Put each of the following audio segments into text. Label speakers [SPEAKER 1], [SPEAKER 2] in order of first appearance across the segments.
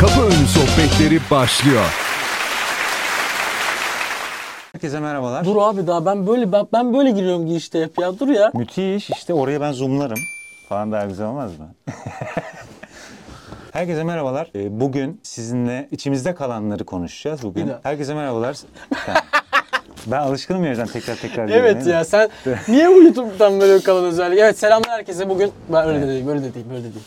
[SPEAKER 1] Kapı Önü Sohbetleri başlıyor.
[SPEAKER 2] Herkese merhabalar.
[SPEAKER 3] Dur abi daha ben böyle ben, ben böyle giriyorum girişte hep ya dur ya.
[SPEAKER 2] Müthiş işte oraya ben zoomlarım falan daha güzel olmaz mı? Herkese merhabalar. Ee, Bugün sizinle içimizde kalanları konuşacağız
[SPEAKER 3] Bir
[SPEAKER 2] bugün.
[SPEAKER 3] dakika.
[SPEAKER 2] Herkese merhabalar. Tamam. ben alışkınım ya yüzden tekrar tekrar diyorum,
[SPEAKER 3] Evet
[SPEAKER 2] değil mi?
[SPEAKER 3] ya sen niye bu YouTube'dan böyle kalan özellik? Evet selamlar herkese bugün ben öyle de değil böyle de değil böyle de değil.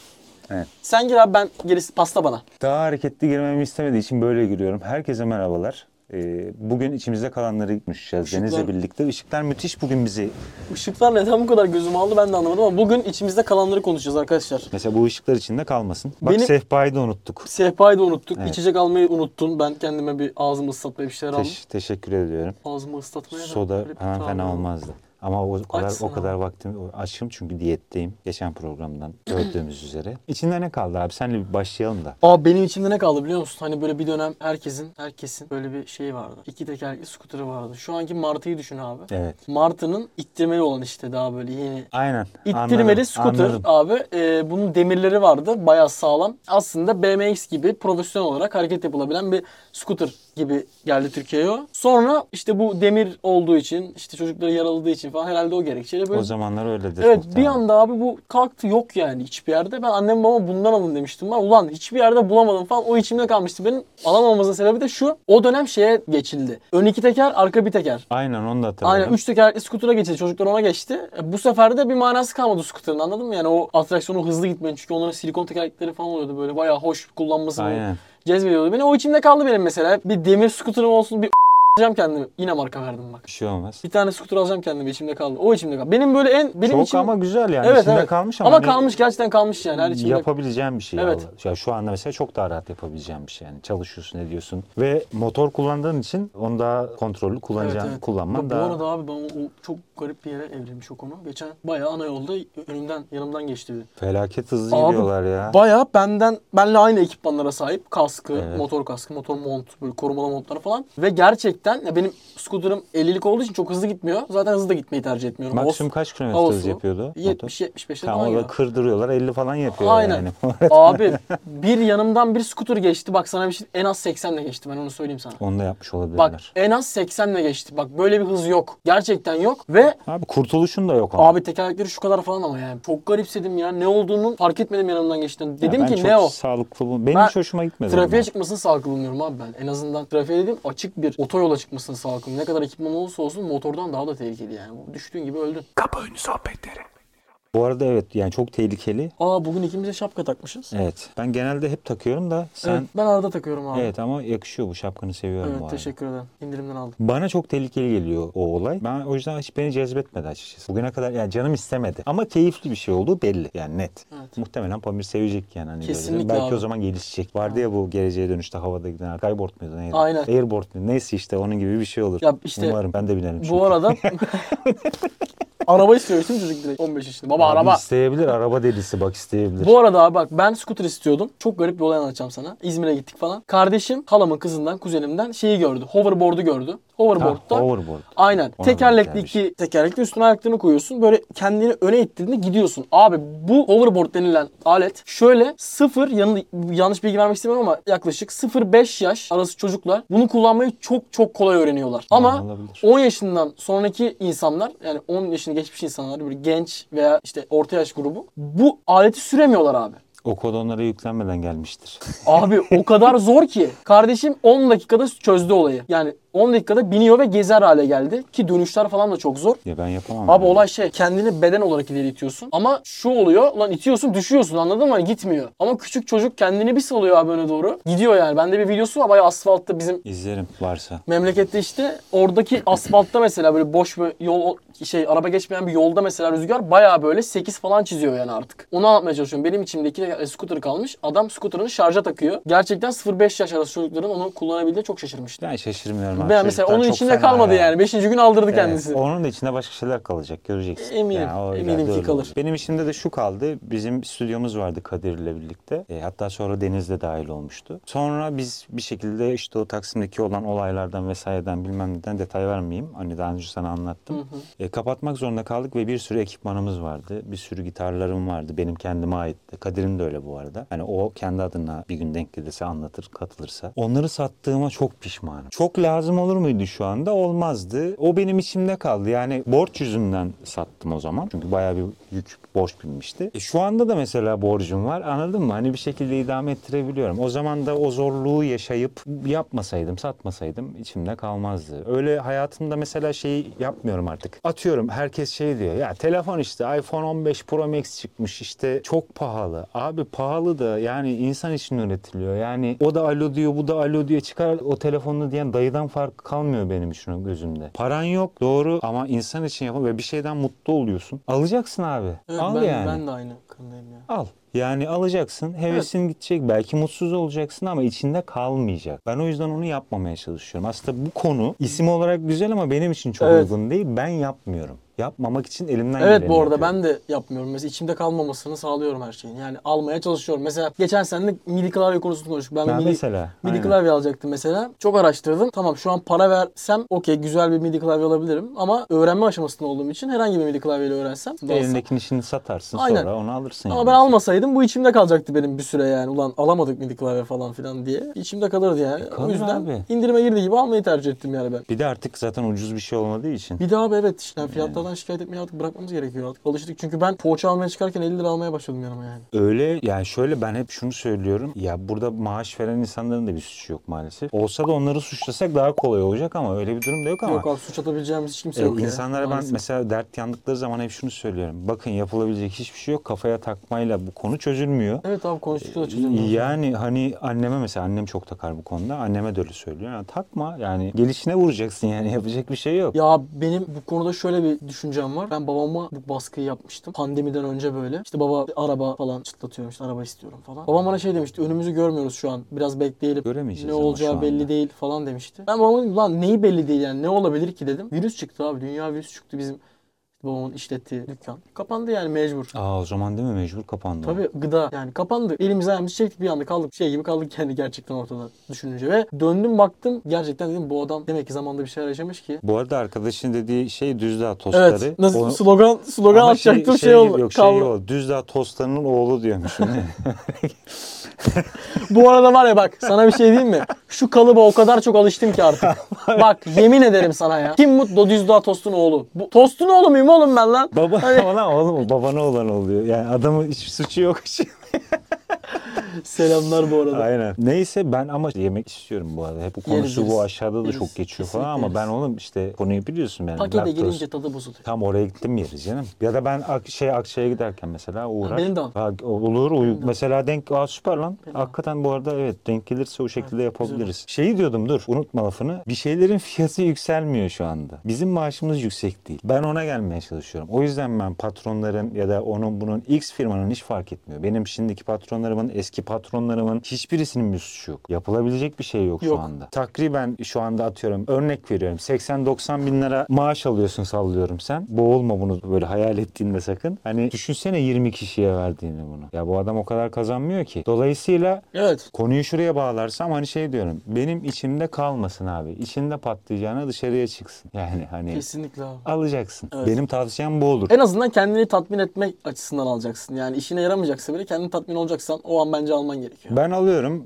[SPEAKER 2] Evet.
[SPEAKER 3] Sen gir abi ben gerisi pasta bana.
[SPEAKER 2] Daha hareketli girmemi istemediği için böyle giriyorum. Herkese merhabalar. Ee, Bugün içimizde kalanları konuşacağız
[SPEAKER 3] Işıklar-
[SPEAKER 2] Deniz'le birlikte. Işıklar müthiş bugün bizi.
[SPEAKER 3] Işıklar neden bu kadar gözümü aldı ben de anlamadım ama bugün içimizde kalanları konuşacağız arkadaşlar.
[SPEAKER 2] Mesela bu ışıklar içinde kalmasın. Bak
[SPEAKER 3] Benim-
[SPEAKER 2] sehpayı da unuttuk.
[SPEAKER 3] Sehpayı da unuttuk.
[SPEAKER 2] Evet.
[SPEAKER 3] içecek almayı unuttun. Ben kendime bir ağzımı ıslatmaya bir şeyler aldım.
[SPEAKER 2] Teş- teşekkür ediyorum.
[SPEAKER 3] Ağzımı ıslatmaya da
[SPEAKER 2] Soda
[SPEAKER 3] böyle bir
[SPEAKER 2] hemen
[SPEAKER 3] tane
[SPEAKER 2] fena
[SPEAKER 3] aldım.
[SPEAKER 2] olmazdı. Ama o kadar
[SPEAKER 3] Açsın
[SPEAKER 2] o kadar
[SPEAKER 3] ama.
[SPEAKER 2] vaktim açım çünkü diyetteyim. Geçen programdan gördüğümüz üzere. İçinde ne kaldı abi? Senle bir başlayalım da.
[SPEAKER 3] Abi benim içimde ne kaldı biliyor musun? Hani böyle bir dönem herkesin, herkesin böyle bir şeyi vardı. İki tekerlekli skuterı vardı. Şu anki Martı'yı düşün abi.
[SPEAKER 2] Evet.
[SPEAKER 3] Martı'nın ittirmeli olan işte daha böyle yeni.
[SPEAKER 2] Aynen.
[SPEAKER 3] İttirmeli scooter
[SPEAKER 2] anladım.
[SPEAKER 3] abi. Ee, bunun demirleri vardı. Bayağı sağlam. Aslında BMX gibi profesyonel olarak hareket yapılabilen bir scooter gibi geldi Türkiye'ye o. Sonra işte bu demir olduğu için işte çocukları yaraladığı için falan herhalde o gerekçeyle böyle
[SPEAKER 2] O zamanlar öyledir.
[SPEAKER 3] Evet bir
[SPEAKER 2] muhtemelen.
[SPEAKER 3] anda abi bu kalktı yok yani hiçbir yerde. Ben annem babama bundan alın demiştim. Ben ulan hiçbir yerde bulamadım falan. O içimde kalmıştı. Benim alamamamızın sebebi de şu. O dönem şeye geçildi. Ön iki teker, arka bir teker.
[SPEAKER 2] Aynen onu da hatırlıyorum.
[SPEAKER 3] Aynen 3 tekerlekli skutura geçildi. Çocuklar ona geçti. E, bu sefer de bir manası kalmadı skuterin anladın mı? Yani o atraksiyonu hızlı gitmenin. Çünkü onların silikon tekerlekleri falan oluyordu böyle. Bayağı hoş kullanması. böyle
[SPEAKER 2] Aynen.
[SPEAKER 3] Cezbediyordu beni. O içimde kaldı benim mesela. Bir demir skuterim olsun bir alacağım kendimi. Yine marka verdim bak.
[SPEAKER 2] Bir şey olmaz.
[SPEAKER 3] Bir tane skuter alacağım kendime içimde kaldı. O içimde kaldı. Benim böyle en benim
[SPEAKER 2] Çok
[SPEAKER 3] için
[SPEAKER 2] ama güzel yani.
[SPEAKER 3] Evet,
[SPEAKER 2] İçinde
[SPEAKER 3] evet.
[SPEAKER 2] kalmış ama.
[SPEAKER 3] ama
[SPEAKER 2] ne-
[SPEAKER 3] kalmış gerçekten kalmış yani her içimde.
[SPEAKER 2] Yapabileceğim bir şey.
[SPEAKER 3] Evet.
[SPEAKER 2] Evet. Ya şu anda mesela çok daha rahat yapabileceğim bir şey yani. Çalışıyorsun, ediyorsun ve motor kullandığın için onu daha kontrollü kullanacağım, kullanman
[SPEAKER 3] Ya
[SPEAKER 2] daha
[SPEAKER 3] Bu arada abi ben o, o çok garip bir yere evrilmiş o konu. Geçen bayağı ana yolda önümden yanımdan geçti bir.
[SPEAKER 2] felaket hızlı
[SPEAKER 3] Abi,
[SPEAKER 2] gidiyorlar ya.
[SPEAKER 3] Bayağı benden benle aynı ekipmanlara sahip kaskı,
[SPEAKER 2] Evet.
[SPEAKER 3] motor kaskı, motor mont, böyle korumalı montlar falan. Ve gerçekten ya benim skuterim 50'lik olduğu için çok hızlı gitmiyor. Zaten hızlı da gitmeyi tercih etmiyorum.
[SPEAKER 2] Maksimum kaç kilometre hız yapıyordu? motor?
[SPEAKER 3] 70 75
[SPEAKER 2] Tamam
[SPEAKER 3] falan
[SPEAKER 2] orada
[SPEAKER 3] gidiyor.
[SPEAKER 2] kırdırıyorlar 50 falan yapıyor
[SPEAKER 3] Aynen.
[SPEAKER 2] yani.
[SPEAKER 3] Abi bir yanımdan bir skuter geçti. Bak sana bir şey en az 80'le geçti ben onu söyleyeyim sana.
[SPEAKER 2] Onu da yapmış olabilirler.
[SPEAKER 3] Bak en az 80'le geçti. Bak böyle bir hız yok. Gerçekten yok ve
[SPEAKER 2] Abi kurtuluşun da yok ama.
[SPEAKER 3] abi tekerlekleri şu kadar falan ama yani. Çok garipsedim ya. Ne olduğunu fark etmedim yanımdan geçtiğinde.
[SPEAKER 2] Ya
[SPEAKER 3] Dedim
[SPEAKER 2] ben
[SPEAKER 3] ki
[SPEAKER 2] çok
[SPEAKER 3] ne o?
[SPEAKER 2] sağlıklı bul- Benim
[SPEAKER 3] Ben
[SPEAKER 2] hiç hoşuma gitmedi.
[SPEAKER 3] Trafiğe
[SPEAKER 2] bunlar.
[SPEAKER 3] çıkmasını sağlıklı bulmuyorum abi ben. En azından trafiğe dediğim açık bir otoyola çıkmasını sağlıklı. bulmuyorum. Ne kadar ekipman olursa olsun motordan daha da tehlikeli yani. Bu Düştüğün gibi öldün.
[SPEAKER 2] Bu arada evet yani çok tehlikeli.
[SPEAKER 3] Aa bugün ikimiz de şapka takmışız.
[SPEAKER 2] Evet. Ben genelde hep takıyorum da sen
[SPEAKER 3] Evet,
[SPEAKER 2] evet,
[SPEAKER 3] ben arada takıyorum abi.
[SPEAKER 2] ama yakışıyor bu şapkanı seviyorum bu
[SPEAKER 3] Evet,
[SPEAKER 2] arada.
[SPEAKER 3] teşekkür ederim. İndirimden aldım.
[SPEAKER 2] Bana çok tehlikeli geliyor o olay. Ben o yüzden hiç beni cezbetmedi açıkçası. Bugüne kadar yani canım istemedi. Ama keyifli bir şey olduğu belli yani net.
[SPEAKER 3] Evet.
[SPEAKER 2] Muhtemelen Pamir sevecek yani. Hani böyle.
[SPEAKER 3] Kesinlikle
[SPEAKER 2] Belki
[SPEAKER 3] abi.
[SPEAKER 2] o zaman gelişecek. Vardı ya bu geleceğe dönüşte havada giden kayboard muydu neydi?
[SPEAKER 3] Aynen.
[SPEAKER 2] Airboard muydu? Neyse işte onun gibi bir şey olur.
[SPEAKER 3] Ya işte-
[SPEAKER 2] Umarım ben de binerim. çünkü.
[SPEAKER 3] Bu arada araba istiyorsun çocuk direkt 15 yaşında. Baba
[SPEAKER 2] Abi
[SPEAKER 3] araba.
[SPEAKER 2] isteyebilir araba delisi bak isteyebilir.
[SPEAKER 3] Bu arada abi bak ben scooter istiyordum. Çok garip bir olay anlatacağım sana. İzmir'e gittik falan. Kardeşim halamın kızından, kuzenimden şeyi gördü. Hoverboard'u gördü.
[SPEAKER 2] Ha,
[SPEAKER 3] Hoverboard'da
[SPEAKER 2] hoverboard.
[SPEAKER 3] Aynen.
[SPEAKER 2] Ona
[SPEAKER 3] Tekerlekli
[SPEAKER 2] benzer bir şey.
[SPEAKER 3] iki tekerlekli üstüne ayaklarını koyuyorsun. Böyle kendini öne ittirdiğinde gidiyorsun. Abi bu hoverboard denilen alet şöyle sıfır yanı, yanlış bilgi vermek istemiyorum ama yaklaşık 0-5 yaş arası çocuklar bunu kullanmayı çok çok kolay öğreniyorlar. Ama
[SPEAKER 2] olabilir.
[SPEAKER 3] 10 yaşından sonraki insanlar yani 10 yaşını geçmiş insanlar böyle genç veya işte orta yaş grubu bu aleti süremiyorlar abi.
[SPEAKER 2] O kod onlara yüklenmeden gelmiştir.
[SPEAKER 3] Abi o kadar zor ki. Kardeşim 10 dakikada çözdü olayı. Yani 10 dakikada biniyor ve gezer hale geldi. Ki dönüşler falan da çok zor.
[SPEAKER 2] ya ben yapamam.
[SPEAKER 3] Abi
[SPEAKER 2] yani.
[SPEAKER 3] olay şey kendini beden olarak ileri itiyorsun. Ama şu oluyor lan itiyorsun düşüyorsun anladın mı? Hani gitmiyor. Ama küçük çocuk kendini bir salıyor abi öne doğru. Gidiyor yani. Bende bir videosu var bayağı asfaltta bizim
[SPEAKER 2] İzlerim varsa.
[SPEAKER 3] memlekette işte oradaki asfaltta mesela böyle boş bir yol şey araba geçmeyen bir yolda mesela rüzgar bayağı böyle 8 falan çiziyor yani artık. Onu anlatmaya çalışıyorum. Benim içimdeki e, scooter kalmış. Adam scooter'ını şarja takıyor. Gerçekten 0-5 yaş arası çocukların onu kullanabildiği çok şaşırmıştı.
[SPEAKER 2] Ben şaşırmıyorum. abi.
[SPEAKER 3] Ben mesela
[SPEAKER 2] Çocuklar
[SPEAKER 3] onun
[SPEAKER 2] çok
[SPEAKER 3] içinde
[SPEAKER 2] fena
[SPEAKER 3] kalmadı
[SPEAKER 2] ya.
[SPEAKER 3] yani. 5. gün aldırdı
[SPEAKER 2] Evet,
[SPEAKER 3] kendisi.
[SPEAKER 2] onun da içinde başka şeyler kalacak göreceksin.
[SPEAKER 3] Eminim,
[SPEAKER 2] o
[SPEAKER 3] eminim
[SPEAKER 2] ileride
[SPEAKER 3] ki
[SPEAKER 2] öyle
[SPEAKER 3] kalır.
[SPEAKER 2] olacak. Benim içimde de şu kaldı. Bizim stüdyomuz vardı Kadir'le birlikte. E, hatta sonra Deniz de dahil olmuştu. Sonra biz bir şekilde işte o Taksim'deki olan olaylardan vesaireden bilmem neden detay vermeyeyim. Hani daha önce sana anlattım. E, kapatmak zorunda kaldık ve bir sürü ekipmanımız vardı. Bir sürü gitarlarım vardı. Benim kendime aitti. Kadir'in de de öyle bu arada. Hani o kendi adına bir gün denk gelirse anlatır, katılırsa. Onları sattığıma çok pişmanım. Çok lazım olur muydu şu anda? Olmazdı. O benim içimde kaldı. Yani borç yüzünden sattım o zaman. Çünkü bayağı bir yük borç binmişti. E şu anda da mesela borcum var. Anladın mı? Hani bir şekilde idame ettirebiliyorum. O zaman da o zorluğu yaşayıp yapmasaydım, satmasaydım içimde kalmazdı. Öyle hayatımda mesela şeyi yapmıyorum artık. Atıyorum herkes şey diyor. Ya telefon işte iPhone 15 Pro Max çıkmış işte çok pahalı. Abi pahalı da yani insan için üretiliyor. Yani o da alo diyor, bu da alo diyor. Çıkar o telefonunu diyen dayıdan farkı kalmıyor benim için gözümde. Paran yok doğru ama insan için yapın ve bir şeyden mutlu oluyorsun. Alacaksın abi.
[SPEAKER 3] Evet,
[SPEAKER 2] Al
[SPEAKER 3] ben,
[SPEAKER 2] yani.
[SPEAKER 3] ben de aynı kanındayım ya.
[SPEAKER 2] Al. Yani alacaksın, hevesin gidecek, belki mutsuz olacaksın ama içinde kalmayacak. Ben o yüzden onu yapmamaya çalışıyorum. Aslında bu konu isim olarak güzel ama benim için çok
[SPEAKER 3] Evet.
[SPEAKER 2] uygun değil. Ben yapmıyorum. Yapmamak için elimden geleni
[SPEAKER 3] Evet bu arada
[SPEAKER 2] yapıyorum.
[SPEAKER 3] ben de yapmıyorum. Mesela içimde kalmamasını sağlıyorum her şeyin. Yani almaya çalışıyorum. Mesela geçen sene midi klavye konusunu konuştuk. Ben,
[SPEAKER 2] Ben
[SPEAKER 3] midi,
[SPEAKER 2] mesela,
[SPEAKER 3] midi
[SPEAKER 2] aynen.
[SPEAKER 3] klavye alacaktım mesela. Çok araştırdım. Tamam şu an para versem okey güzel bir midi klavye alabilirim. Ama öğrenme aşamasında olduğum için herhangi bir midi klavyeyle öğrensem. daha sağ-
[SPEAKER 2] Elindekini şimdi satarsın
[SPEAKER 3] Aynen.
[SPEAKER 2] sonra onu alırsın.
[SPEAKER 3] Ama
[SPEAKER 2] yani.
[SPEAKER 3] ben almasaydım bu içimde kalacaktı benim bir süre yani. Ulan alamadık midi klavye falan filan diye. İçimde kalırdı yani. o
[SPEAKER 2] E, kalır
[SPEAKER 3] yüzden
[SPEAKER 2] abi.
[SPEAKER 3] indirime girdiği gibi almayı tercih ettim yani ben.
[SPEAKER 2] Bir de artık zaten ucuz bir şey olmadığı için.
[SPEAKER 3] Bir daha abi evet işte fiyatlardan şikayet etmeyi artık bırakmamız gerekiyor artık alıştık. Çünkü ben poğaça almaya çıkarken 50 lira almaya başladım yanıma yani.
[SPEAKER 2] Öyle yani şöyle ben hep şunu söylüyorum. Ya burada maaş veren insanların da bir suçu yok maalesef. Olsa da onları suçlasak daha kolay olacak ama öyle bir durum da yok ama.
[SPEAKER 3] Yok abi suç atabileceğimiz hiç kimse
[SPEAKER 2] E,
[SPEAKER 3] yok. ya.
[SPEAKER 2] insanlara ben
[SPEAKER 3] Maalesef.
[SPEAKER 2] mesela dert yandıkları zaman hep şunu söylüyorum. Bakın yapılabilecek hiçbir şey yok. Kafaya takmayla bu konu çözülmüyor.
[SPEAKER 3] Evet abi
[SPEAKER 2] E,
[SPEAKER 3] konuştukça da çözülmüyor.
[SPEAKER 2] Yani hani anneme mesela annem çok takar bu konuda. Anneme de öyle söylüyor. Yani takma yani gelişine vuracaksın yani yapacak bir şey yok.
[SPEAKER 3] Ya benim bu konuda şöyle bir düşüncem var. Ben babama bu baskıyı yapmıştım. Pandemiden önce böyle. İşte baba araba falan çıtlatıyorum işte araba istiyorum falan. Babam bana şey demişti önümüzü görmüyoruz şu an. Biraz bekleyelim.
[SPEAKER 2] Göremeyeceğiz
[SPEAKER 3] Ne
[SPEAKER 2] ama şu
[SPEAKER 3] olacağı
[SPEAKER 2] anda.
[SPEAKER 3] belli değil falan demişti. Ben babama dedim lan neyi belli değil yani ne olabilir ki dedim. Virüs çıktı abi dünya virüs çıktı bizim babamın işlettiği dükkan. Kapandı yani mecbur.
[SPEAKER 2] Aa o zaman değil mi mecbur kapandı. o.
[SPEAKER 3] Tabii gıda yani kapandı. Elimiz ayağımız çektik bir anda kaldık şey gibi kaldık kendi gerçekten ortada düşününce. Ve döndüm baktım gerçekten dedim bu adam demek ki zamanda bir şeyler yaşamış ki.
[SPEAKER 2] Bu arada arkadaşın dediği şey düzdağ tostları.
[SPEAKER 3] Evet nasıl
[SPEAKER 2] Onu-
[SPEAKER 3] slogan slogan
[SPEAKER 2] Ama
[SPEAKER 3] atacaktım şey, oldu.
[SPEAKER 2] Yok şey
[SPEAKER 3] kaldı.
[SPEAKER 2] yok. Düzdağ tostlarının oğlu diyormuş.
[SPEAKER 3] Bu arada var ya bak sana bir şey diyeyim mi? Şu kalıba o kadar çok alıştım ki artık. bak yemin ederim sana ya. Kim mutlu düzdağ tostun oğlu. Bu, tostun oğlu muyum oğlum ben lan?
[SPEAKER 2] Baba
[SPEAKER 3] Hani-
[SPEAKER 2] ona oğlum babana olan oluyor. Yani adamın hiç suçu yok.
[SPEAKER 3] Selamlar bu arada.
[SPEAKER 2] Aynen. Neyse ben ama yemek istiyorum bu arada. Hep bu
[SPEAKER 3] Yeriz,
[SPEAKER 2] konusu
[SPEAKER 3] yeriz.
[SPEAKER 2] bu aşağıda da
[SPEAKER 3] Yeriz.
[SPEAKER 2] çok geçiyor
[SPEAKER 3] Kesinlikle
[SPEAKER 2] falan ama ben
[SPEAKER 3] yeriz.
[SPEAKER 2] oğlum işte konuyu biliyorsun yani.
[SPEAKER 3] Pakete
[SPEAKER 2] laktoz.
[SPEAKER 3] gelince tadı bozuluyor.
[SPEAKER 2] Tam oraya gittim yeriz canım. Ya da ben Ak- şey Akçay'a giderken mesela uğrar.
[SPEAKER 3] benim de al.
[SPEAKER 2] Ha, olur. uy- mesela denk aa süper lan.
[SPEAKER 3] Benim de al.
[SPEAKER 2] Hakikaten bu arada evet denk gelirse o şekilde
[SPEAKER 3] güzel
[SPEAKER 2] yapabiliriz. Şeyi diyordum dur unutma lafını. Bir şeylerin fiyatı yükselmiyor şu anda. Bizim maaşımız yüksek değil. Ben ona gelmeye çalışıyorum. O yüzden ben patronların ya da onun bunun X firmanın hiç fark etmiyor. Benim şimdiki patronlarımın eski patronlarımın hiçbirisinin bir suçu yok. Yapılabilecek bir şey yok,
[SPEAKER 3] Yok.
[SPEAKER 2] şu anda. Takriben şu anda atıyorum örnek veriyorum 80-90 bin lira maaş alıyorsun sallıyorum sen. Boğulma bunu böyle hayal ettiğinde sakın. Hani düşünsene 20 kişiye verdiğini bunu. Ya bu adam o kadar kazanmıyor ki. Dolayısıyla
[SPEAKER 3] Evet.
[SPEAKER 2] konuyu şuraya bağlarsam hani şey diyorum. Benim içimde kalmasın abi. İçinde patlayacağına dışarıya çıksın. Yani hani
[SPEAKER 3] Kesinlikle abi.
[SPEAKER 2] alacaksın.
[SPEAKER 3] Evet.
[SPEAKER 2] Benim tavsiyem bu olur.
[SPEAKER 3] En azından kendini tatmin etmek açısından alacaksın. Yani işine yaramayacaksa bile kendini tatmin olacaksan o an bence alman gerekiyor.
[SPEAKER 2] Ben alıyorum.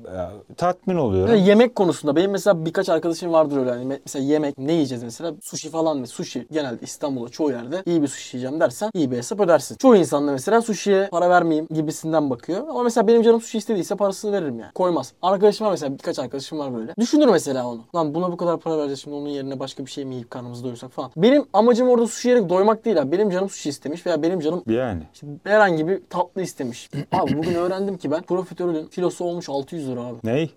[SPEAKER 2] e, Tatmin oluyorum.
[SPEAKER 3] Ve yemek konusunda benim mesela birkaç arkadaşım vardır öyle hani me- mesela yemek ne yiyeceğiz mesela sushi falan mı sushi genelde İstanbul'da çoğu yerde iyi bir sushi yiyeceğim dersen iyi bir hesap ödersin. Çoğu insan da mesela sushi'ye para vermeyeyim gibisinden bakıyor ama mesela benim canım sushi istediyse parasını veririm yani koymaz. Arkadaşıma mesela birkaç arkadaşım var böyle düşünür mesela onu lan buna bu kadar para vereceğiz şimdi onun yerine başka bir şey mi yiyip karnımızı doyursak falan. Benim amacım orada sushi yiyerek doymak değil abi benim canım sushi istemiş veya benim canım
[SPEAKER 2] Yani.
[SPEAKER 3] işte herhangi bir tatlı istemiş. abi bugün öğrendim ki ben profiterolün kilosu olmuş 600 lira abi.
[SPEAKER 2] Ney?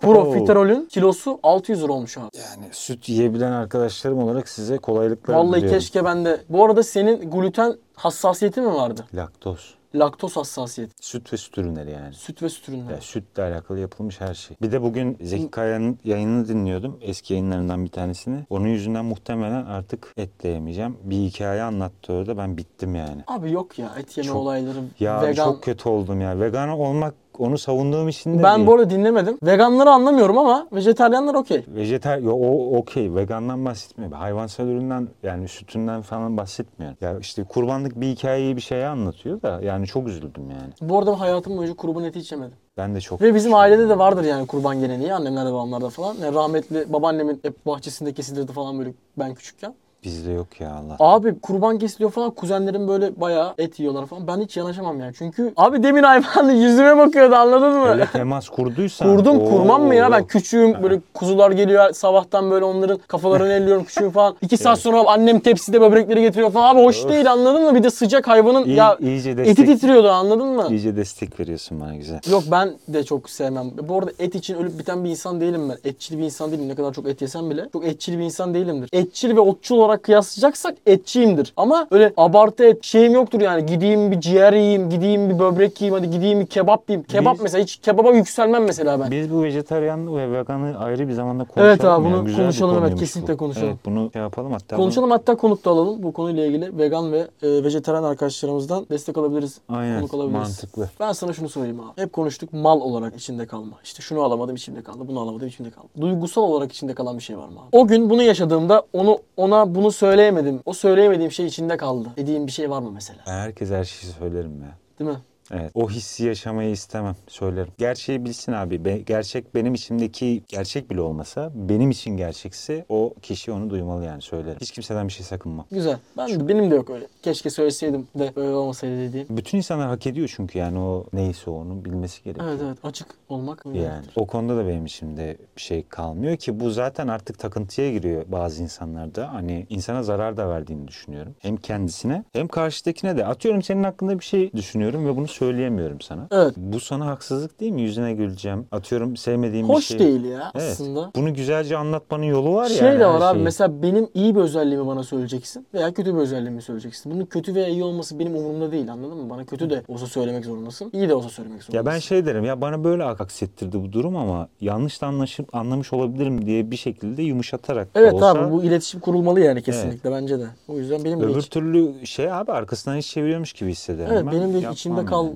[SPEAKER 3] Profiterolün kilosu 600 lira olmuş abi.
[SPEAKER 2] Yani süt yiyebilen arkadaşlarım olarak size kolaylıklar
[SPEAKER 3] Vallahi
[SPEAKER 2] diliyorum.
[SPEAKER 3] keşke ben de. Bu arada senin gluten hassasiyeti mi vardı?
[SPEAKER 2] Laktoz.
[SPEAKER 3] Laktoz hassasiyeti.
[SPEAKER 2] Süt ve süt ürünleri yani.
[SPEAKER 3] Süt ve süt ürünleri.
[SPEAKER 2] Ya sütle alakalı yapılmış her şey. Bir de bugün Zeki Kaya'nın yayınını dinliyordum. Eski yayınlarından bir tanesini. Onun yüzünden muhtemelen artık etle yemeyeceğim. Bir hikaye anlattı orada ben bittim yani.
[SPEAKER 3] Abi yok ya et yeme
[SPEAKER 2] Çok-
[SPEAKER 3] olayları
[SPEAKER 2] Ya
[SPEAKER 3] vegan.
[SPEAKER 2] çok kötü oldum ya. Vegan olmak Onu savunduğum için de
[SPEAKER 3] Ben
[SPEAKER 2] değil.
[SPEAKER 3] bu arada dinlemedim. Veganları anlamıyorum ama vejetaryenler okey.
[SPEAKER 2] Vejetar, yo, o okey. Vegandan bahsetmiyorum. Hayvansal üründen yani sütünden falan bahsetmiyorum. Ya işte kurbanlık bir hikayeyi bir şeye anlatıyor da yani çok üzüldüm yani.
[SPEAKER 3] Bu arada hayatım boyunca kurban eti içemedim.
[SPEAKER 2] Ben de çok
[SPEAKER 3] Ve bizim ailede de vardır yani kurban geleneği. Annemlerde babamlarda falan. Yani rahmetli babaannemin hep bahçesinde kesilirdi falan böyle ben küçükken.
[SPEAKER 2] bizde yok ya Allah.
[SPEAKER 3] Abi kurban kesiliyor falan. Kuzenlerim böyle bayağı et yiyorlar falan. Ben hiç yanaşamam yani. Çünkü abi demin hayvan yüzüme bakıyordu anladın mı?
[SPEAKER 2] Öyle temas kurduysan.
[SPEAKER 3] Kurdum
[SPEAKER 2] Oo.
[SPEAKER 3] kurmam mı ya ben küçüğüm böyle kuzular geliyor sabahtan böyle onların kafalarını elliyorum küçüğüm falan. İki saat sonra annem tepside böbrekleri getiriyor falan abi hoş
[SPEAKER 2] Öf.
[SPEAKER 3] değil anladın mı? Bir de sıcak hayvanın
[SPEAKER 2] İyi,
[SPEAKER 3] ya
[SPEAKER 2] iyice
[SPEAKER 3] eti
[SPEAKER 2] destek,
[SPEAKER 3] titriyordu anladın mı?
[SPEAKER 2] iyice destek veriyorsun bana güzel.
[SPEAKER 3] Yok ben de çok sevmem. Bu arada et için ölüp biten bir insan değilim ben. Etçil bir insan değilim. Ne kadar çok et yesem bile. Çok etçil bir insan değilimdir. Etçil ve otçul olarak kıyaslayacaksak etçiyimdir. Ama öyle abartı et şeyim yoktur yani. Gideyim bir ciğer yiyeyim, gideyim bir böbrek yiyeyim, hadi gideyim bir kebap yiyeyim. Kebap
[SPEAKER 2] Biz-
[SPEAKER 3] mesela hiç kebaba yükselmem mesela ben.
[SPEAKER 2] Biz bu vejetaryen ve veganı ayrı bir zamanda konuşalım.
[SPEAKER 3] Evet abi,
[SPEAKER 2] ya.
[SPEAKER 3] bunu
[SPEAKER 2] Güzel bir
[SPEAKER 3] konuşalım, evet,
[SPEAKER 2] konuymuş
[SPEAKER 3] kesinlikle
[SPEAKER 2] bu.
[SPEAKER 3] konuşalım.
[SPEAKER 2] Evet, bunu şey yapalım hatta. bunu-
[SPEAKER 3] Konuşalım hatta konuk da alalım. Bu konuyla ilgili vegan ve e, vejetaryen arkadaşlarımızdan destek alabiliriz.
[SPEAKER 2] Aynen
[SPEAKER 3] konuk alabiliriz.
[SPEAKER 2] mantıklı.
[SPEAKER 3] Ben sana şunu söyleyeyim abi. Hep konuştuk mal olarak içinde kalma. İşte şunu alamadım içimde kaldı, bunu alamadım içimde kaldı. Duygusal olarak içinde kalan bir şey var mı abi? O gün bunu yaşadığımda onu ona bunu söyleyemedim. O söyleyemediğim şey içinde kaldı. Dediğim bir şey var mı mesela?
[SPEAKER 2] Ben herkese her şeyi söylerim ya.
[SPEAKER 3] Değil mi?
[SPEAKER 2] Evet. O hissi yaşamayı istemem. Söylerim. Gerçeği bilsin abi. Be- gerçek benim içimdeki gerçek bile olmasa benim için gerçekse o kişi onu duymalı yani söylerim. Hiç kimseden bir şey sakınmam.
[SPEAKER 3] Güzel. Ben de, benim de yok öyle. Keşke söyleseydim de öyle olmasaydı dediğim.
[SPEAKER 2] Bütün insanlar hak ediyor çünkü yani o neyse onun bilmesi gerekiyor.
[SPEAKER 3] Evet evet açık olmak.
[SPEAKER 2] Yani o konuda da benim içimde bir şey kalmıyor ki bu zaten artık takıntıya giriyor bazı insanlarda. Hani insana zarar da verdiğini düşünüyorum. Hem kendisine hem karşıdakine de. Atıyorum senin hakkında bir şey düşünüyorum ve bunu söyleyemiyorum sana.
[SPEAKER 3] Evet.
[SPEAKER 2] Bu sana haksızlık değil mi? Yüzüne güleceğim. Atıyorum sevmediğim bir
[SPEAKER 3] Hoş
[SPEAKER 2] şey.
[SPEAKER 3] değil ya
[SPEAKER 2] Evet.
[SPEAKER 3] aslında.
[SPEAKER 2] Bunu güzelce anlatmanın yolu var ya.
[SPEAKER 3] Şey de var abi mesela benim iyi bir özelliğimi bana söyleyeceksin veya kötü bir özelliğimi söyleyeceksin. Bunun kötü veya iyi olması benim umurumda değil anladın mı? Bana kötü de olsa söylemek zorundasın, iyi de olsa söylemek zorundasın.
[SPEAKER 2] Ya ben şey derim ya bana böyle aksettirdi bu durum ama yanlış da anlaşıp anlamış olabilirim diye bir şekilde yumuşatarak da
[SPEAKER 3] Evet
[SPEAKER 2] olsa
[SPEAKER 3] abi bu iletişim kurulmalı yani kesinlikle bence de. O yüzden benim de
[SPEAKER 2] Öbür
[SPEAKER 3] hiç,
[SPEAKER 2] türlü şey abi arkasından hiç çeviriyormuş gibi hissederim.
[SPEAKER 3] evet
[SPEAKER 2] ben.
[SPEAKER 3] benim de
[SPEAKER 2] Yapmam
[SPEAKER 3] hiç içimde
[SPEAKER 2] yani.
[SPEAKER 3] kaldı.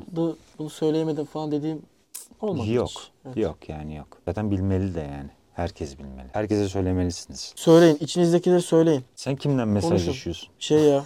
[SPEAKER 3] Bunu söyleyemedim falan dediğim olmadı. hiç.
[SPEAKER 2] Yok.
[SPEAKER 3] Evet.
[SPEAKER 2] Yok yani yok. Zaten bilmeli de yani. Herkes bilmeli. Herkese söylemelisiniz.
[SPEAKER 3] Söyleyin içinizdekileri söyleyin.
[SPEAKER 2] Sen kimden mesaj
[SPEAKER 3] Konuşun.
[SPEAKER 2] yaşıyorsun?
[SPEAKER 3] Şey ya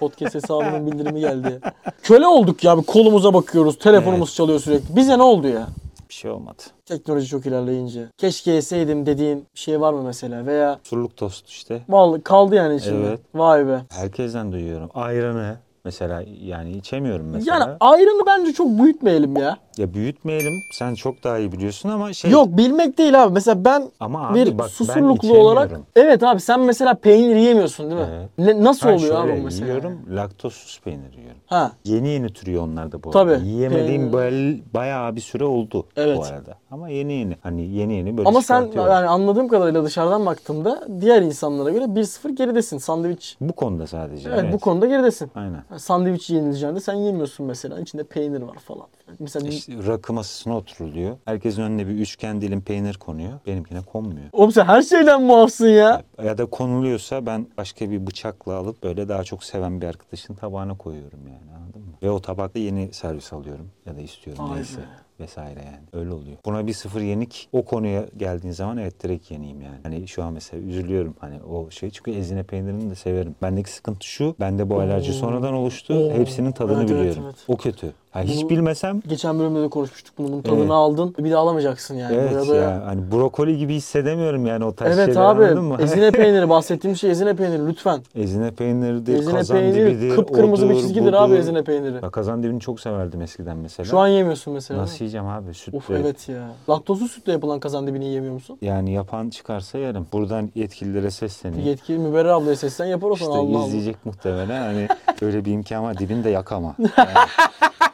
[SPEAKER 3] podcast hesabının bildirimi geldi. Köle olduk ya bir kolumuza bakıyoruz. Telefonumuz çalıyor sürekli. Bize ne oldu ya?
[SPEAKER 2] Bir şey olmadı.
[SPEAKER 3] teknoloji çok ilerleyince keşke yeseydim dediğin bir şey var mı mesela veya
[SPEAKER 2] Surluk tost işte.
[SPEAKER 3] vallahi kaldı yani içinde.
[SPEAKER 2] Evet.
[SPEAKER 3] Vay be.
[SPEAKER 2] Herkesten duyuyorum. Ayranı mesela yani içemiyorum mesela.
[SPEAKER 3] Yani ayrımı bence çok büyütmeyelim ya.
[SPEAKER 2] Ya büyütmeyelim. Sen çok daha iyi biliyorsun ama şey.
[SPEAKER 3] Yok bilmek değil abi. Mesela ben
[SPEAKER 2] Ama abi bak
[SPEAKER 3] bir
[SPEAKER 2] ben
[SPEAKER 3] susurluklu
[SPEAKER 2] içemiyorum.
[SPEAKER 3] olarak evet abi sen mesela peynir yiyemiyorsun değil mi?
[SPEAKER 2] Evet.
[SPEAKER 3] Ne- nasıl
[SPEAKER 2] Ben
[SPEAKER 3] oluyor abi
[SPEAKER 2] şöyle
[SPEAKER 3] bu mesela?
[SPEAKER 2] Yiyorum, laktozsuz peynir yiyorum.
[SPEAKER 3] Ha
[SPEAKER 2] Yeni yeni türüyor onlar da bu
[SPEAKER 3] Tabii.
[SPEAKER 2] arada. Yiyemediğim
[SPEAKER 3] Peynir.
[SPEAKER 2] bel- bayağı bir süre oldu
[SPEAKER 3] Evet.
[SPEAKER 2] bu arada. Ama yeni yeni. Hani yeni yeni böyle
[SPEAKER 3] ama sen
[SPEAKER 2] çıkartıyorlar.
[SPEAKER 3] yani anladığım kadarıyla dışarıdan baktığımda diğer insanlara göre 1-0 geridesin sandviç.
[SPEAKER 2] Bu konuda sadece.
[SPEAKER 3] Evet, bu Hani- konuda geridesin.
[SPEAKER 2] Aynen.
[SPEAKER 3] Yani Sandviç yenileceğinde sen yemiyorsun mesela. İçinde peynir var falan. Mesela
[SPEAKER 2] İşte rakı masasına oturuluyor. Herkesin önüne bir üçgen dilim peynir konuyor. Benimkine konmuyor.
[SPEAKER 3] oğlum sen her şeyden muafsın ya.
[SPEAKER 2] Ya da konuluyorsa ben başka bir bıçakla alıp böyle daha çok seven bir arkadaşın tabağına koyuyorum yani anladın mı? Ve o tabakta yeni servis alıyorum ya da istiyorum
[SPEAKER 3] Vay
[SPEAKER 2] neyse
[SPEAKER 3] be.
[SPEAKER 2] vesaire yani. Öyle oluyor. Buna bir sıfır yenik o konuya geldiğin zaman evet direkt yeneyim yani. Hani şu an mesela üzülüyorum hani o şey çünkü ezine peynirini de severim. Bendeki sıkıntı şu bende bu alerji
[SPEAKER 3] Oo.
[SPEAKER 2] sonradan oluştu.
[SPEAKER 3] Oo.
[SPEAKER 2] Hepsinin tadını
[SPEAKER 3] Evet, evet,
[SPEAKER 2] biliyorum.
[SPEAKER 3] evet.
[SPEAKER 2] O kötü. Ha, hiç
[SPEAKER 3] Bu-
[SPEAKER 2] bilmesem
[SPEAKER 3] Geçen bölümde de konuşmuştuk bunu. Bunun tadını
[SPEAKER 2] Evet.
[SPEAKER 3] aldın. Bir de alamayacaksın yani.
[SPEAKER 2] Evet
[SPEAKER 3] Böyle-
[SPEAKER 2] ya hani brokoli gibi hissedemiyorum yani o tarz
[SPEAKER 3] Evet
[SPEAKER 2] şeyleri anladın mı?
[SPEAKER 3] abi. Ezine peyniri bahsettiğim şey ezine peyniri lütfen.
[SPEAKER 2] ezine peyniridir,
[SPEAKER 3] ezine
[SPEAKER 2] kazan
[SPEAKER 3] peyniri
[SPEAKER 2] dibidir,
[SPEAKER 3] kıpkırmızı bir
[SPEAKER 2] odur,
[SPEAKER 3] çizgidir
[SPEAKER 2] budur.
[SPEAKER 3] abi ezine peyniri.
[SPEAKER 2] Ya kazan dibini çok severdim eskiden mesela.
[SPEAKER 3] Şu an yemiyorsun mesela.
[SPEAKER 2] Nasıl yiyeceğim abi sütle?
[SPEAKER 3] Of evet ya. Laktozlu sütle yapılan kazan dibini yemiyor musun?
[SPEAKER 2] Yani yapan çıkarsa yerim. Buradan yetkililere sesleneyim.
[SPEAKER 3] Yetkili Müberra ablaya seslen yapar o sana
[SPEAKER 2] işte
[SPEAKER 3] Allah Allah.
[SPEAKER 2] izleyecek muhtemelen hani böyle bir imkan var dibini de yakama. Yani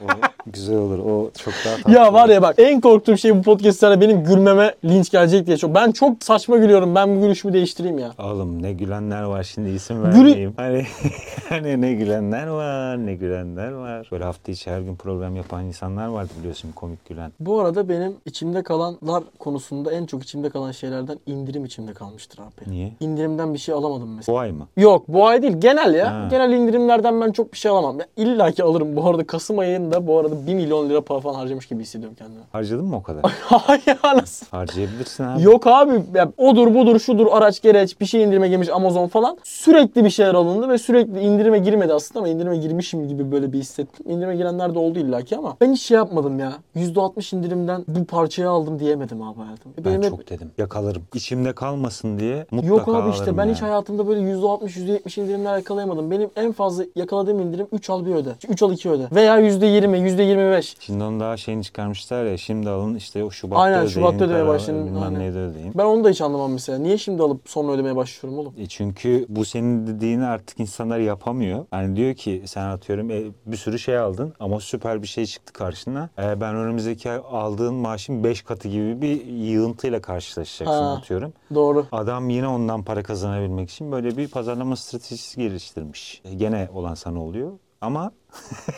[SPEAKER 2] o güzel olur. O çok daha tatlı.
[SPEAKER 3] Ya var
[SPEAKER 2] olur.
[SPEAKER 3] ya bak en korktuğum şey bu podcastlerde benim gülmeme linç gelecek diye. Çok, ben çok saçma gülüyorum. Ben bu gülüşümü değiştireyim ya.
[SPEAKER 2] Oğlum ne gülenler var şimdi isim
[SPEAKER 3] Gülü-
[SPEAKER 2] vermeyeyim. Hani, hani ne gülenler var ne gülenler var. Böyle hafta içi her gün program yapan insanlar vardı biliyorsun komik gülen.
[SPEAKER 3] Bu arada benim içimde kalanlar konusunda en çok içimde kalan şeylerden indirim içimde kalmıştır abi. benim.
[SPEAKER 2] Niye?
[SPEAKER 3] İndirimden bir şey alamadım mesela.
[SPEAKER 2] Bu ay mı?
[SPEAKER 3] Yok bu ay değil genel ya.
[SPEAKER 2] Ha.
[SPEAKER 3] Genel indirimlerden ben çok bir şey alamam. Ya, İlla ki alırım. Bu arada Kasım ayında bu arada kanka 1 milyon lira para falan harcamış gibi hissediyorum kendimi.
[SPEAKER 2] Harcadın mı o kadar?
[SPEAKER 3] Hayır nasıl?
[SPEAKER 2] Harcayabilirsin abi.
[SPEAKER 3] Yok abi ya, odur budur şudur araç gereç bir şey indirime girmiş Amazon falan. Sürekli bir şeyler alındı ve sürekli indirime girmedi aslında ama indirime girmişim gibi böyle bir hissettim. İndirime girenler de oldu illaki ama ben hiç şey yapmadım ya. %60 indirimden bu parçayı aldım diyemedim abi hayatım. E,
[SPEAKER 2] Ben
[SPEAKER 3] hep-
[SPEAKER 2] çok dedim. Yakalarım. İçimde kalmasın diye mutlaka
[SPEAKER 3] Yok abi işte
[SPEAKER 2] alırım
[SPEAKER 3] ben
[SPEAKER 2] yani.
[SPEAKER 3] hiç hayatımda böyle %60 %70 indirimler yakalayamadım. Benim en fazla yakaladığım indirim 3 al bir öde. 3 al 2 öde. Veya %20, %25.
[SPEAKER 2] Şimdi onu daha şeyini çıkarmışlar ya şimdi alın işte o Şubat'ta
[SPEAKER 3] Aynen,
[SPEAKER 2] ödeyin,
[SPEAKER 3] Şubat'ta ödemeye
[SPEAKER 2] para-
[SPEAKER 3] başlayın,
[SPEAKER 2] bilmem
[SPEAKER 3] aynen.
[SPEAKER 2] neyde ödeyin.
[SPEAKER 3] Ben onu da hiç anlamam mesela. Niye şimdi alıp sonra ödemeye başlıyorum oğlum?
[SPEAKER 2] E çünkü bu senin dediğini artık insanlar yapamıyor. Hani diyor ki sen atıyorum e, bir sürü şey aldın ama süper bir şey çıktı karşına. E, ben önümüzdeki ay aldığın maaşın 5 katı gibi bir yığıntıyla karşılaşacaksın
[SPEAKER 3] Ha.
[SPEAKER 2] atıyorum.
[SPEAKER 3] Doğru.
[SPEAKER 2] Adam yine ondan para kazanabilmek için böyle bir pazarlama stratejisi geliştirmiş. E, gene olan sana oluyor ama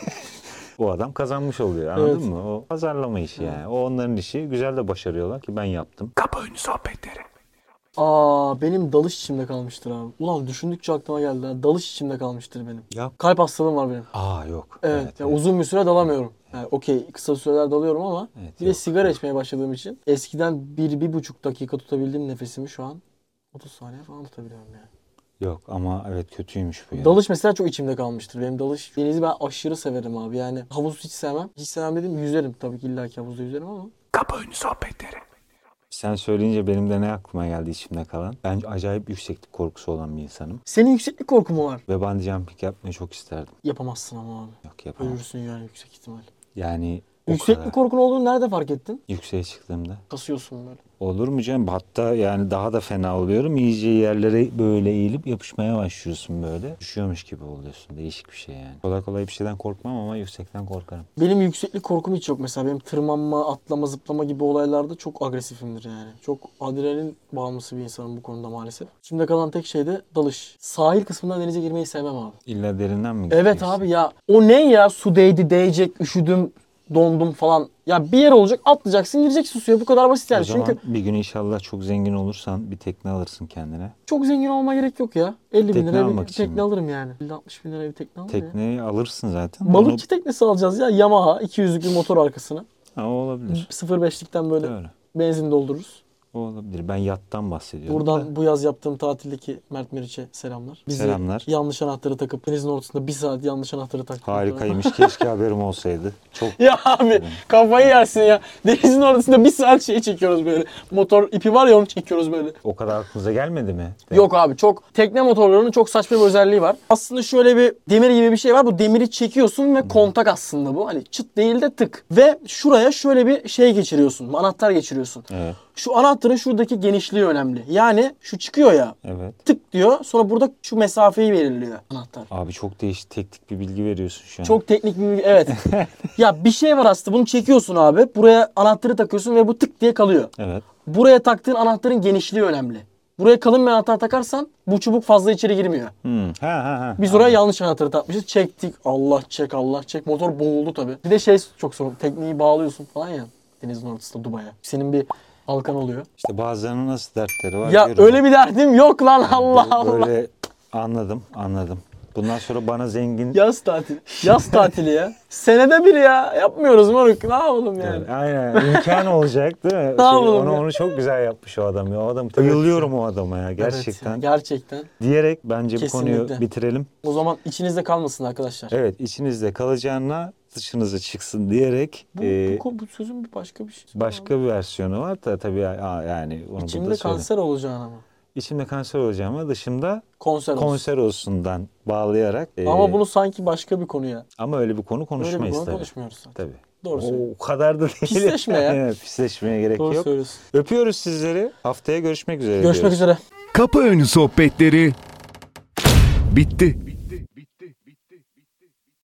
[SPEAKER 2] o adam kazanmış oluyor anladın
[SPEAKER 3] Evet.
[SPEAKER 2] mı? O pazarlama işi yani. O onların işi. Güzel de başarıyorlar ki ben yaptım.
[SPEAKER 3] Aa benim dalış içimde kalmıştır abi. Ulan düşündükçe aklıma geldi. ha. Dalış içimde kalmıştır benim.
[SPEAKER 2] Yap.
[SPEAKER 3] Kalp hastalığım var benim.
[SPEAKER 2] Aa yok.
[SPEAKER 3] Evet, ya uzun bir süre dalamıyorum. Yani okey kısa süreler dalıyorum ama
[SPEAKER 2] Evet,
[SPEAKER 3] bir de
[SPEAKER 2] yok,
[SPEAKER 3] sigara içmeye başladığım için eskiden bir, bir buçuk dakika tutabildiğim nefesimi şu an 30 saniye falan tutabiliyorum yani.
[SPEAKER 2] Yok ama evet kötüymüş bu ya.
[SPEAKER 3] Dalış mesela çok içimde kalmıştır. Benim dalış denizi ben aşırı severim abi. Yani havuz hiç sevmem. Hiç sevmem dedim yüzerim tabii ki illa ki havuzda yüzerim ama.
[SPEAKER 2] Sen söyleyince benim de ne aklıma geldi içimde kalan. Ben acayip yükseklik korkusu olan bir insanım.
[SPEAKER 3] Senin yükseklik korku mu var?
[SPEAKER 2] Ve bungee jumping yapmayı çok isterdim.
[SPEAKER 3] Yapamazsın ama abi.
[SPEAKER 2] Yok yapamam.
[SPEAKER 3] Ölürsün yani yüksek ihtimal.
[SPEAKER 2] Yani o kadar.
[SPEAKER 3] Yükseklik korkun olduğunu nerede fark ettin?
[SPEAKER 2] Yükseğe çıktığımda.
[SPEAKER 3] Kasıyorsun böyle.
[SPEAKER 2] Olur mu canım? Hatta yani daha da fena oluyorum. İyice yerlere böyle eğilip yapışmaya başlıyorsun böyle. Düşüyormuş gibi oluyorsun. Değişik bir şey yani. Kolay kolay bir şeyden korkmam ama yüksekten korkarım.
[SPEAKER 3] Benim yükseklik korkum hiç yok mesela. Benim tırmanma, atlama, zıplama gibi olaylarda çok agresifimdir yani. Çok adrenalin bağımlısı bir insanım bu konuda maalesef. Şimdi kalan tek şey de dalış. Sahil kısmından denize girmeyi sevmem abi.
[SPEAKER 2] İlla derinden mi
[SPEAKER 3] Evet
[SPEAKER 2] gideceksin?
[SPEAKER 3] abi ya o ne ya su değdi değecek üşüdüm dondum falan. Ya bir yer olacak atlayacaksın gireceksin suya bu kadar basit yani.
[SPEAKER 2] o zaman
[SPEAKER 3] Çünkü
[SPEAKER 2] bir gün inşallah çok zengin olursan bir tekne alırsın kendine.
[SPEAKER 3] çok zengin olma gerek yok ya. 50 bin
[SPEAKER 2] Tekne
[SPEAKER 3] liraya bir,
[SPEAKER 2] almak
[SPEAKER 3] bir
[SPEAKER 2] için
[SPEAKER 3] tekne
[SPEAKER 2] mi?
[SPEAKER 3] alırım yani. 50-60 bin liraya bir tekne alırım ya.
[SPEAKER 2] Tekneyi alırsın zaten.
[SPEAKER 3] Balıkçı teknesi alacağız ya Yamaha 200'lük bir motor arkasına.
[SPEAKER 2] Onu- Ha, o olabilir.
[SPEAKER 3] 0.5'likten böyle
[SPEAKER 2] Öyle.
[SPEAKER 3] benzin doldururuz.
[SPEAKER 2] O olabilir. Ben yattan bahsediyorum. da.
[SPEAKER 3] Buradan bu yaz yaptığım tatildeki Mert Meriç'e selamlar. Bizi
[SPEAKER 2] Selamlar.
[SPEAKER 3] yanlış anahtarı takıp denizin ortasında bir saat yanlış anahtarı taktık.
[SPEAKER 2] Harikaymış. Keşke haberim olsaydı. Çok
[SPEAKER 3] Ya abi kafayı yersin ya. Denizin ortasında bir saat şey çekiyoruz böyle. Motor ipi var ya onu çekiyoruz böyle.
[SPEAKER 2] o kadar aklınıza gelmedi mi?
[SPEAKER 3] Yok abi çok tekne motorlarının çok saçma bir özelliği var. Aslında şöyle bir demir gibi bir şey var. Bu demiri çekiyorsun ve kontak aslında bu. Hani çıt değil de tık. Ve şuraya şöyle bir şey geçiriyorsun. Anahtar geçiriyorsun.
[SPEAKER 2] Evet.
[SPEAKER 3] Şu anahtarın şuradaki genişliği önemli. Yani şu çıkıyor ya.
[SPEAKER 2] Evet.
[SPEAKER 3] Tık diyor. Sonra burada şu mesafeyi belirliyor anahtar.
[SPEAKER 2] Abi çok değişik teknik bir bilgi veriyorsun şu an.
[SPEAKER 3] Çok teknik bir bilgi- evet. ya bir şey var aslında bunu çekiyorsun abi. Buraya anahtarı takıyorsun ve bu tık diye kalıyor.
[SPEAKER 2] Evet.
[SPEAKER 3] Buraya taktığın anahtarın genişliği önemli. Buraya kalın bir anahtar takarsan bu çubuk fazla içeri girmiyor.
[SPEAKER 2] Hmm. Ha ha ha.
[SPEAKER 3] Biz oraya yanlış anahtarı takmışız. Çektik. Allah çek Allah çek. Motor boğuldu tabii. Bir de şey çok sorun. Tekneyi bağlıyorsun falan ya. Denizin ortasında Dubai'ye. Senin bir halkan oluyor.
[SPEAKER 2] İşte bazılarının nasıl dertleri var.
[SPEAKER 3] Ya
[SPEAKER 2] diyorum.
[SPEAKER 3] öyle bir derdim yok lan Allah Allah.
[SPEAKER 2] Böyle anladım anladım. Bundan sonra bana zengin...
[SPEAKER 3] Yaz tatili. Yaz tatili ya. Senede bir ya. Yapmıyoruz moruk. Ne yapalım yani.
[SPEAKER 2] Evet, Aynen imkan olacak değil mi? Şey,
[SPEAKER 3] yapalım
[SPEAKER 2] onu,
[SPEAKER 3] ya?
[SPEAKER 2] onu çok güzel yapmış o adam ya. O adam bayılıyorum o adama ya gerçekten.
[SPEAKER 3] Evet ya, gerçekten.
[SPEAKER 2] Diyerek bence bu
[SPEAKER 3] Kesinlikle.
[SPEAKER 2] konuyu bitirelim.
[SPEAKER 3] O zaman içinizde kalmasın arkadaşlar.
[SPEAKER 2] Evet içinizde kalacağına dışınıza çıksın diyerek
[SPEAKER 3] Bu,
[SPEAKER 2] e,
[SPEAKER 3] bu, bu sözün bir başka bir şey.
[SPEAKER 2] başka şey bir versiyonu var da tabii ya- yani onu
[SPEAKER 3] İçimde
[SPEAKER 2] burada söyleyeyim.
[SPEAKER 3] kanser olacağına ama.
[SPEAKER 2] İçimde kanser olacağıma dışımda
[SPEAKER 3] Konser olsun.
[SPEAKER 2] konser olsundan bağlayarak e,
[SPEAKER 3] Ama bunu sanki başka bir konuya.
[SPEAKER 2] ama öyle bir konu
[SPEAKER 3] Öyle bir
[SPEAKER 2] konuşmayız
[SPEAKER 3] konu
[SPEAKER 2] tabii.
[SPEAKER 3] konuşmuyoruz. zaten.
[SPEAKER 2] Tabii.
[SPEAKER 3] Doğru söylüyorsun.
[SPEAKER 2] O kadar da değil.
[SPEAKER 3] Pisleşme ya.
[SPEAKER 2] Evet, pisleşmeye gerek
[SPEAKER 3] Doğru
[SPEAKER 2] yok.
[SPEAKER 3] söylüyorsun.
[SPEAKER 2] Öpüyoruz sizleri. Haftaya görüşmek üzere.
[SPEAKER 3] Görüşmek
[SPEAKER 2] diyoruz.
[SPEAKER 3] üzere.
[SPEAKER 1] Kapı Önü Sohbetleri bitti.